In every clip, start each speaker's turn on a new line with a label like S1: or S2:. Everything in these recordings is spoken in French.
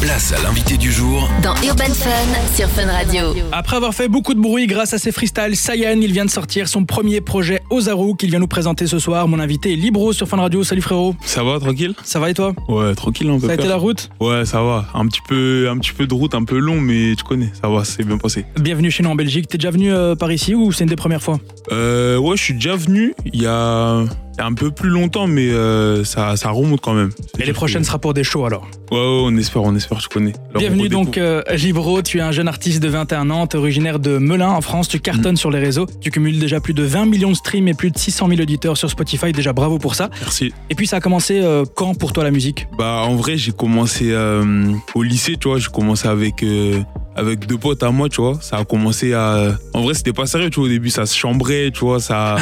S1: Place à l'invité du jour
S2: Dans Urban Fun sur Fun Radio.
S3: Après avoir fait beaucoup de bruit grâce à ses freestyles, Sayan, il vient de sortir son premier projet Ozaru qu'il vient nous présenter ce soir. Mon invité est Libro sur Fun Radio. Salut frérot,
S4: Ça va, tranquille
S3: ça va et toi
S4: Ouais, tranquille un peu.
S3: Ça a été la route
S4: Ouais, ça va. Un petit peu, un petit peu de route, un peu long, mais tu connais, ça va, c'est bien passé.
S3: Bienvenue chez nous en Belgique. T'es déjà venu euh, par ici ou c'est une des premières fois
S4: Euh, ouais, je suis déjà venu il y a il y a un peu plus longtemps, mais euh, ça, ça remonte quand même.
S3: Et les prochaines sera pour des shows alors.
S4: Ouais, ouais, on espère, on espère, tu connais. Là, on
S3: Bienvenue
S4: redécouvre.
S3: donc euh, Libro, tu es un jeune artiste de 21 ans, t'es originaire de Melun en France, tu
S4: Mm.
S3: cartonnes sur les réseaux, tu cumules déjà plus de 20 millions de streams et plus de 600 000 auditeurs sur Spotify, déjà bravo pour ça.
S4: Merci.
S3: Et puis ça a commencé euh, quand pour toi la musique
S4: Bah, en vrai, j'ai commencé euh, au lycée, tu vois. J'ai commencé avec, euh, avec deux potes à moi, tu vois. Ça a commencé à. En vrai, c'était pas sérieux, tu vois. Au début, ça se chambrait, tu vois. Ça,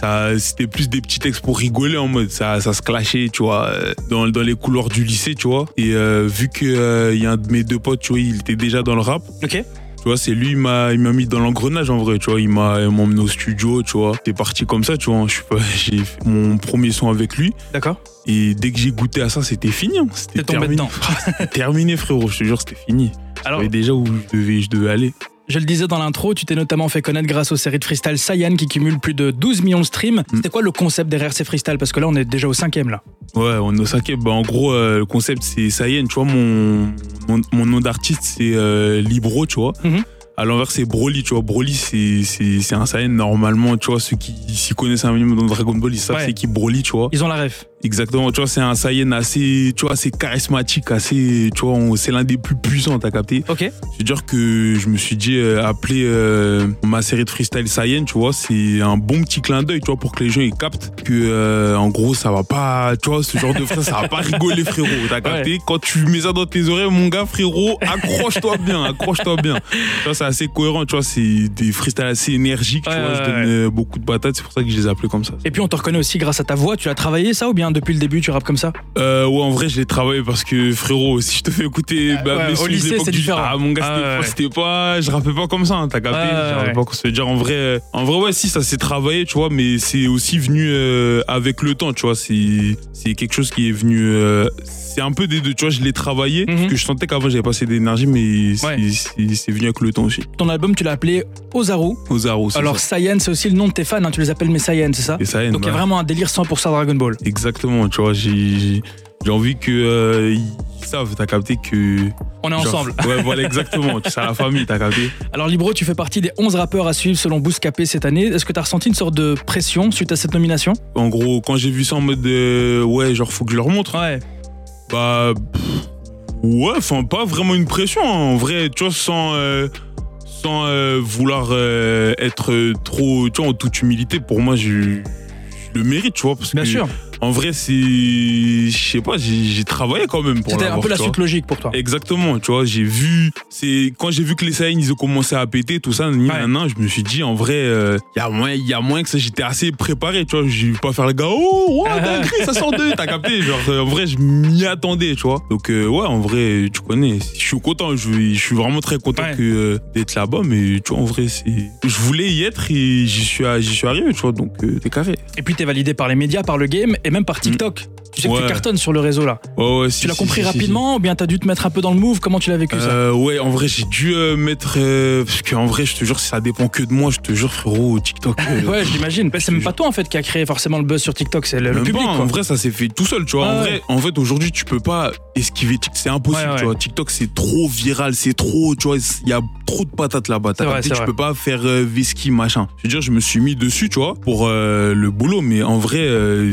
S4: ça, c'était plus des petits textes pour rigoler en mode. Ça, ça se clashait, tu vois, euh, dans, dans les couloirs du lycée, tu vois. Et euh, vu que euh, y a un de mes deux potes, tu vois, il était déjà dans le rap.
S3: Ok.
S4: Tu vois, c'est lui, il m'a, il m'a mis dans l'engrenage en vrai, tu vois. Il m'a, il m'a emmené au studio, tu vois. T'es parti comme ça, tu vois. Je suis pas, j'ai fait mon premier son avec lui.
S3: D'accord
S4: Et dès que j'ai goûté à ça, c'était fini. hein.
S3: T'es
S4: C'était
S3: tombé
S4: terminé.
S3: dedans.
S4: Terminé, frérot, je te jure, c'était fini.
S3: Alors,
S4: Mais déjà où je devais, je devais aller.
S3: Je le disais dans l'intro, tu t'es notamment fait connaître grâce aux séries de freestyle Saiyan qui cumule plus de 12 millions de streams.
S4: Mm.
S3: C'était quoi le concept derrière ces freestyles Parce que là, on est déjà au cinquième là.
S4: Ouais, on est au cinquième. Bah, en gros, euh, le concept, c'est Sayen. Tu vois, mon, mon, mon nom d'artiste, c'est euh, Libro, tu vois.
S3: Mhm.
S4: À l'envers, c'est Broly, tu vois. Broly, c'est- c'est c'est un Saiyan normalement, tu vois. Ceux qui s'y connaissent un minimum dans Dragon Ball, ils savent
S3: Ouais.
S4: c'est qui Broly, tu vois.
S3: Ils ont la ref.
S4: Exactement, tu vois, c'est un Saiyan assez, tu vois, assez charismatique, assez, tu vois, on- c'est l'un des plus puissants, t'as capté.
S3: Ok.
S4: C'est-à-dire que je me suis dit, euh, appeler euh, ma série de freestyle Saiyan, tu vois, c'est un bon petit clin d'œil, tu vois, pour que les gens ils captent que, euh, en gros, ça va pas, tu vois, ce genre de frère, ça va pas rigoler, frérot. T'as capté Quand tu mets ça dans tes oreilles, mon gars, frérot, accroche-toi bien, accroche-toi bien. Tu vois, c'est assez cohérent, tu vois, c'est des freestyles assez énergiques,
S3: Ouais,
S4: tu vois,
S3: ouais,
S4: je donne
S3: ouais.
S4: euh, beaucoup de patates, c'est pour ça que je les appelais comme ça.
S3: Et puis, on te reconnaît aussi grâce à ta voix. Tu l'as travaillé ça ou bien depuis le début, tu rappes comme ça
S4: Euh, ouais, en vrai, je l'ai travaillé parce que frérot, si je te fais écouter bah,
S3: Ah, ouais,
S4: mes
S3: au
S4: sons de
S3: lycée,
S4: l'époque
S3: c'est
S4: du-
S3: différent.
S4: Ah, mon gars,
S3: Ah,
S4: c'était
S3: ouais,
S4: pas-
S3: ouais.
S4: c'était pas, je rappais pas comme ça, hein, t'as capté.
S3: Ouais,
S4: je rappais
S3: ouais.
S4: pas qu'on se dire en vrai, euh, en vrai, ouais, si, ça s'est travaillé, tu vois, mais c'est aussi venu euh, avec le temps, tu vois. C'est, c'est quelque chose qui est venu, euh, c'est un peu des deux, tu vois. Je l'ai travaillé
S3: Mhm.
S4: parce que je sentais qu'avant j'avais pas assez d'énergie, mais c'est-
S3: Ouais.
S4: c'est c'est venu avec le temps aussi.
S3: Ton album, tu l'as appelé Ozaru.
S4: Aux arros. c'est
S3: Alors,
S4: ça.
S3: Saiyan, c'est aussi le nom de tes fans. hein, Tu les appelles mes Saiyan, c'est ça
S4: et ça aide.
S3: Donc, il y a
S4: ouais.
S3: vraiment un délire 100% Dragon Ball.
S4: Exactement, tu vois. J'ai, j'ai- j'ai envie que euh, ils savent, t'as capté que.
S3: On est
S4: Genre,
S3: ensemble.
S4: Ouais, voilà, exactement. C'est à la famille, t'as capté.
S3: Alors Libro, tu fais partie des 11 rappeurs à suivre selon Bouscapé cette année. Est-ce que tu as ressenti une sorte de pression suite à cette nomination
S4: En gros, quand j'ai vu ça en mode, euh, ouais, genre, faut que je leur montre. hein.
S3: Ouais.
S4: Bah, pff, ouais, enfin, pas vraiment une pression. hein. En vrai, tu vois, sans, euh, sans euh, vouloir euh, être euh, trop, tu vois, en toute humilité, pour moi, je, je le mérite, tu vois. Parce
S3: Bien
S4: que,
S3: sûr.
S4: En vrai, c'est. Je sais pas, j'ai j'ai travaillé quand même pour
S3: C'était un
S4: l'avoir,
S3: peu la
S4: tu vois.
S3: suite logique pour toi.
S4: Exactement, tu vois, j'ai vu, c'est quand j'ai vu que les Saiyans ils ont commencé à péter tout ça, ni
S3: Ouais.
S4: nanan, je me suis dit en vrai, euh, y a moyen, y a moyen que ça, j'étais assez préparé, tu vois, j'ai vu pas faire le gars, oh,
S3: Ah,
S4: ouais, dinguerie, ça sort d'eux, t'as capté, genre euh, en vrai je m'y attendais, tu vois. Donc euh, ouais, en vrai, tu connais, je suis content, je, je suis vraiment très content
S3: Ouais.
S4: que euh, d'être là-bas, mais tu vois en vrai c'est, je voulais y être et j'y suis, à- j'y suis arrivé, tu vois, donc euh, t'es carré.
S3: Et puis t'es validé par les médias, par le game et même par TikTok. Tu sais que tu
S4: Mm. Ouais.
S3: cartonnes sur le réseau là.
S4: Ouais, ouais, si,
S3: tu l'as
S4: si,
S3: compris
S4: si, si, si.
S3: rapidement ou bien t'as dû te mettre un peu dans le move Comment tu l'as vécu ça
S4: Euh, ouais, en vrai, j'ai dû euh, mettre. euh, parce qu'en vrai, je te jure, ça dépend que de moi. Je te jure, frérot, TikTok. euh,
S3: Ouais, j'imagine. Bah, C'est même pas toi en fait qui a créé forcément le buzz sur TikTok, c'est le, le
S4: même
S3: public.
S4: pas, hein.
S3: quoi.
S4: en vrai, ça s'est fait tout seul, tu vois.
S3: Ah
S4: en,
S3: ouais.
S4: vrai, en fait, aujourd'hui, tu peux pas esquiver TikTok. C'est impossible,
S3: Ouais, ouais.
S4: tu vois. TikTok, c'est trop viral, c'est trop, tu vois. Il y a trop de patates là-bas. T'as
S3: C'est vrai,
S4: capté,
S3: c'est
S4: tu
S3: vrai.
S4: peux pas faire euh, Visky, machin. Je veux dire, je me suis mis dessus, tu vois, pour euh, le boulot. Mais en vrai, euh,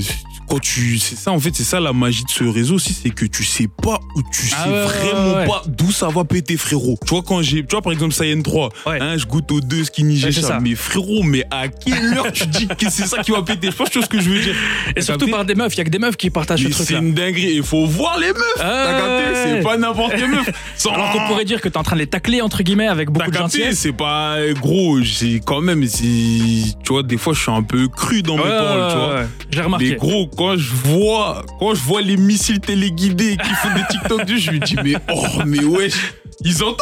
S4: quand tu. C'est ça, en fait, c'est ça la magie de ce réseau aussi, c'est que tu sais pas où tu sais
S3: Ah ouais, ouais,
S4: vraiment
S3: ouais, ouais.
S4: pas d'où ça va péter, frérot. Tu vois, quand j'ai. Tu vois, par exemple, Saiyan 3.
S3: Ouais.
S4: Hein, je goûte aux deux skinny
S3: Ouais,
S4: j'ai
S3: c'est ça.
S4: Mais frérot, mais à quelle heure tu dis que c'est ça qui va péter Je pense que tu vois ce que je veux dire.
S3: et
S4: T'as
S3: surtout
S4: capté
S3: par des meufs, il y a que des meufs qui partagent ce
S4: Mais
S3: truc
S4: c'est
S3: là.
S4: une dinguerie. Il faut voir les meufs. T'as capté C'est pas n'importe quelle meuf. Sans-
S3: Alors qu'on pourrait dire que t'es en train de les tacler entre guillemets avec
S4: T'as
S3: beaucoup Ah, de
S4: capté,
S3: gentillesse.
S4: c'est pas gros, c'est quand même, c'est- tu vois, des fois je suis un peu cru dans mes paroles, tu vois.
S3: J'ai
S4: Mais
S3: remarqué.
S4: gros, quand je vois, quand je vois les missiles téléguidés qui font des TikTok dessus, je me dis mais oh mais wesh, ils entendent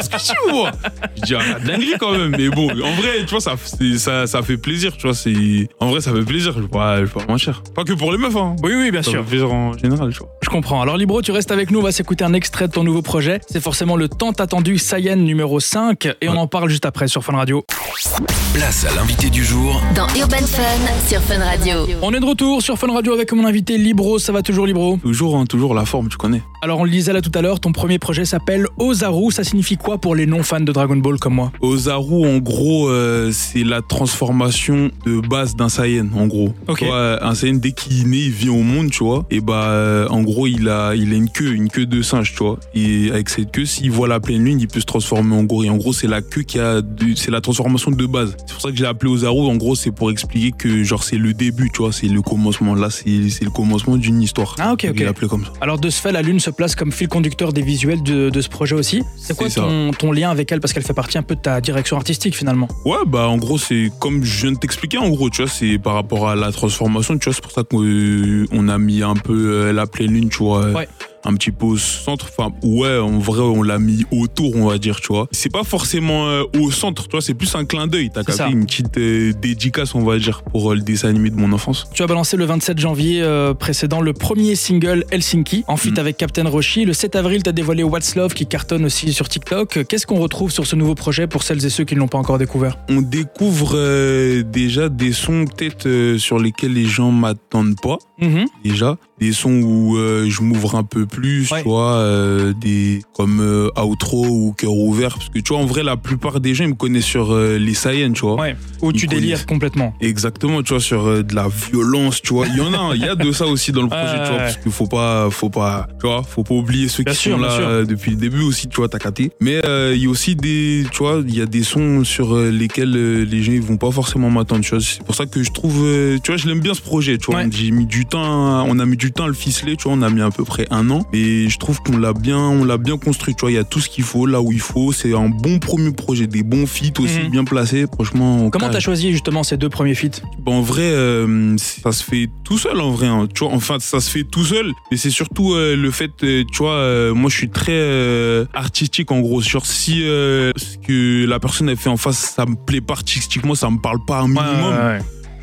S4: ce que tu vois. Je dis, ah, la dinguerie quand même. Mais bon, en vrai, tu vois, ça, c'est- ça, ça fait plaisir, tu vois. c'est- En vrai, ça fait plaisir. Je vais pas, je vais pas mentir. Pas que pour les meufs, hein.
S3: Oui, oui, bien
S4: Ça
S3: sûr.
S4: fait plaisir en général, tu vois.
S3: Je comprends. Alors Libro, tu restes avec nous, on va s'écouter un extrait de ton nouveau projet. C'est forcément le tant attendu Sayen numéro 5 et on en parle juste après sur Fun Radio.
S1: Place à l'invité du jour
S2: Dans Urban Fun sur Fun Radio.
S3: On est de retour sur Fun Radio avec mon invité Libro, ça va toujours Libro
S4: Toujours, hein, toujours la forme, tu connais.
S3: Alors on le disait là tout à l'heure, ton premier projet s'appelle Ozaru, ça signifie quoi pour les non-fans de Dragon Ball comme moi
S4: Ozaru, en gros, euh, c'est la transformation de base d'un Saiyan, en gros.
S3: Ok.
S4: Tu vois, euh, un Saiyan, dès qu'il est né, il vient au monde, tu vois. Et bah, euh, en gros, il a, il a une queue, une queue de singe, tu vois. Et avec cette queue, s'il voit la pleine lune, il peut se transformer en gorille. En gros, c'est la queue qui a, du- c'est la transformation de base. C'est pour ça que j'ai appelé Ozaru. En gros, c'est pour expliquer que, genre, c'est le début, tu vois. C'est le commencement. Là, c'est, c'est le commencement d'une histoire.
S3: Ah, ok,
S4: Donc,
S3: ok.
S4: Je l'ai appelé comme ça.
S3: Alors de ce fait, la Lune se place comme fil conducteur des visuels de, de ce projet aussi. C'est quoi
S4: C'est ça.
S3: ton, ton lien avec elle Parce qu'elle fait partie un peu de ta direction artistique finalement.
S4: Ouais, bah en gros, c'est comme je viens de t'expliquer, en gros, tu vois, c'est par rapport à la transformation, tu vois, c'est pour ça qu'on euh, on a mis un peu euh, la pleine lune, tu vois. euh,
S3: Ouais.
S4: Un petit peu au centre, enfin, ouais, en vrai, on l'a mis autour, on va dire, tu vois. C'est pas forcément euh, au centre, tu vois, c'est plus un clin d'œil. T'as
S3: C'est ça.
S4: capté une petite euh, dédicace, on va dire, pour euh, le dessin animé de mon enfance.
S3: Tu as balancé le 27 janvier euh, précédent le premier single Helsinki, en feat
S4: Mm.
S3: avec Captain Roshi. Le 7 avril, tu as dévoilé What's Love qui cartonne aussi sur TikTok. Qu'est-ce qu'on retrouve sur ce nouveau projet pour celles et ceux qui ne l'ont pas encore découvert
S4: On découvre euh, déjà des sons, peut-être, euh, sur lesquels les gens m'attendent pas.
S3: Mm-hmm.
S4: déjà des sons où euh, je m'ouvre un peu plus
S3: Ouais.
S4: tu vois euh, des comme euh, outro ou cœur ouvert parce que tu vois en vrai la plupart des gens ils me connaissent sur euh, les Saiyans tu vois
S3: Ouais. Ou tu
S4: Ils connaissent.
S3: délires complètement.
S4: Exactement, tu vois, sur euh, de la violence, tu vois. Il y en a, hein. il y a de ça aussi dans le projet,
S3: Ouais,
S4: tu vois,
S3: ouais.
S4: parce qu'il faut pas, faut pas, tu vois, faut pas oublier ceux
S3: Bien
S4: qui
S3: sûr,
S4: sont
S3: bien
S4: là
S3: sûr.
S4: euh, depuis le début aussi, tu vois, t'as capté. Mais euh, il y a aussi des, tu vois, il y a des sons sur euh, lesquels euh, les gens ils vont pas forcément m'attendre, tu vois. C'est pour ça que je trouve, euh, tu vois, je l'aime bien ce projet, tu vois.
S3: Ouais.
S4: J'ai mis du temps, à- on a mis du temps à le ficeler, tu vois, on a mis à peu près un an, et je trouve qu'on l'a bien, on l'a bien construit, tu vois. Il y a tout ce qu'il faut là où il faut. C'est un bon premier projet, des bons feats aussi
S3: Mhm.
S4: bien placés, franchement.
S3: Comment
S4: carré.
S3: t'as choisi justement ces deux premiers feats
S4: Bah, en vrai, euh, ça se fait tout seul en vrai. hein. Tu vois, enfin, ça se fait tout seul. Mais c'est surtout euh, le fait, euh, tu vois, euh, moi je suis très euh, artistique en gros. Genre si euh, ce que la personne elle fait en face, ça me plaît pas artistiquement, ça me parle pas un minimum.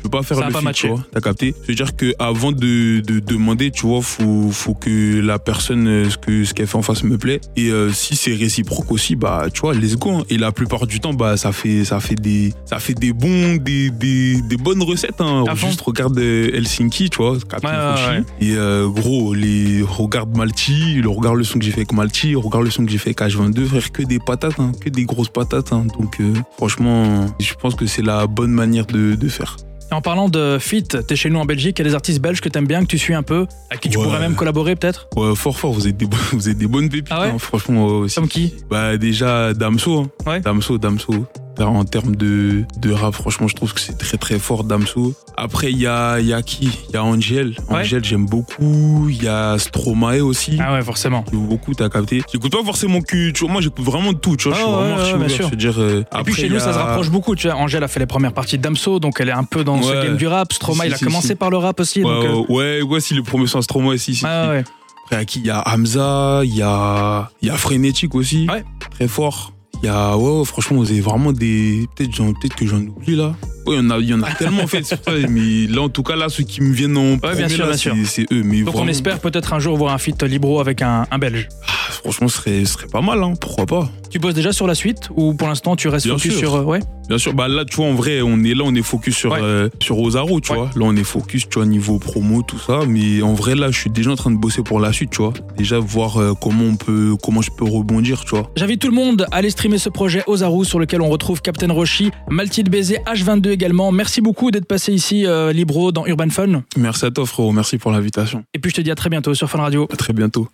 S4: Je peux pas faire
S3: Ça a
S4: le
S3: pas
S4: feat,
S3: matché.
S4: tu vois. T'as capté C'est-à-dire que avant de, de demander, tu vois, faut, faut que la personne, euh, ce que ce qu'elle fait en face me plaît. Et euh, si c'est réciproque aussi, bah, tu vois, let's go. hein. Et la plupart du temps, bah, ça fait, ça fait des, ça fait des bons, des, des, des bonnes recettes. Hein.
S3: À fond.
S4: Juste regarde euh, Helsinki, tu vois, Captain
S3: Ouais, ouais,
S4: Fushi. Et euh, gros, les regarde Malti, le regarde le son que j'ai fait avec Malti, regarde le son que j'ai fait avec H22, frère, que des patates, hein, que des grosses patates. hein. Donc, euh, franchement, je pense que c'est la bonne manière de- de faire.
S3: Et en parlant de feat, t'es chez nous en Belgique, il y a des artistes belges que t'aimes bien, que tu suis un peu, à qui tu
S4: Ouais.
S3: pourrais même collaborer peut-être
S4: Ouais, fort fort, vous êtes des, bo- vous êtes des bonnes pépites,
S3: Ah ouais
S4: hein, franchement. ouais, ouais, c'est-
S3: Comme qui
S4: bah déjà Damso, hein.
S3: Ouais.
S4: Damso, Damso. En termes de, de rap, franchement, je trouve que c'est très très fort Damso. Après, il y a, il y a qui Il y a Angel.
S3: Ouais.
S4: Angel, j'aime beaucoup. Il y a Stromae aussi.
S3: Ah ouais, forcément.
S4: J'aime Beaucoup, t'as capté. J'écoute pas forcément que. Tu vois, moi, j'écoute vraiment de tout. Tu vois, je
S3: Ah
S4: suis
S3: ouais,
S4: vraiment
S3: ouais,
S4: archi
S3: ouais, bien
S4: ouvert,
S3: sûr.
S4: je veux dire, euh,
S3: Et puis
S4: après,
S3: chez
S4: il y
S3: nous, ça
S4: a-
S3: se rapproche beaucoup. Tu vois, Angèle a fait les premières parties de Damso, donc elle est un peu dans ce
S4: Ouais.
S3: game du rap. Stroma,
S4: Si,
S3: il a
S4: si,
S3: commencé
S4: si.
S3: par le rap aussi.
S4: Ouais,
S3: donc, euh,
S4: ouais, ouais, si le premier sens Stromae, si, si.
S3: ouais,
S4: si.
S3: ouais, ouais.
S4: Après, à qui Il y a Hamza, il y a, il y a Frénétique aussi.
S3: Ouais.
S4: Très fort. Il y a, ouais, ouais, franchement, vous avez vraiment des. Peut-être j'en- peut-être que j'en oublie là. Ouais, il y en a, il y en a tellement en fait. c'est pour ça, mais là, en tout cas, là, ceux qui me viennent en premier,
S3: bien sûr,
S4: là,
S3: bien
S4: c'est-
S3: sûr.
S4: c'est eux. Mais
S3: Donc on
S4: vraiment,
S3: espère peut-être un jour voir un feat libro avec un, un belge.
S4: ah, franchement, ce serait, ce serait pas mal, hein. Pourquoi pas
S3: Tu bosses déjà sur la suite ou pour l'instant tu restes
S4: Bien
S3: focus
S4: sûr.
S3: sur euh, ouais
S4: Bien sûr, bah là, tu vois, en vrai, on est là, on est focus sur,
S3: Ouais.
S4: euh, sur Ozaru, tu
S3: Ouais.
S4: vois. Là, on est focus, tu vois, niveau promo, tout ça. Mais en vrai, là, je suis déjà en train de bosser pour la suite, tu vois. Déjà, voir euh, comment on peut, comment je peux rebondir, tu vois.
S3: J'invite tout le monde à aller streamer ce projet Ozaru sur lequel on retrouve Captain Roshi, Maltid Baiser, H22 également. Merci beaucoup d'être passé ici euh, libro dans Urban Fun
S4: Merci à toi, frérot. Merci pour l'invitation.
S3: et puis je te dis à très bientôt sur Fun Radio.
S4: À très bientôt.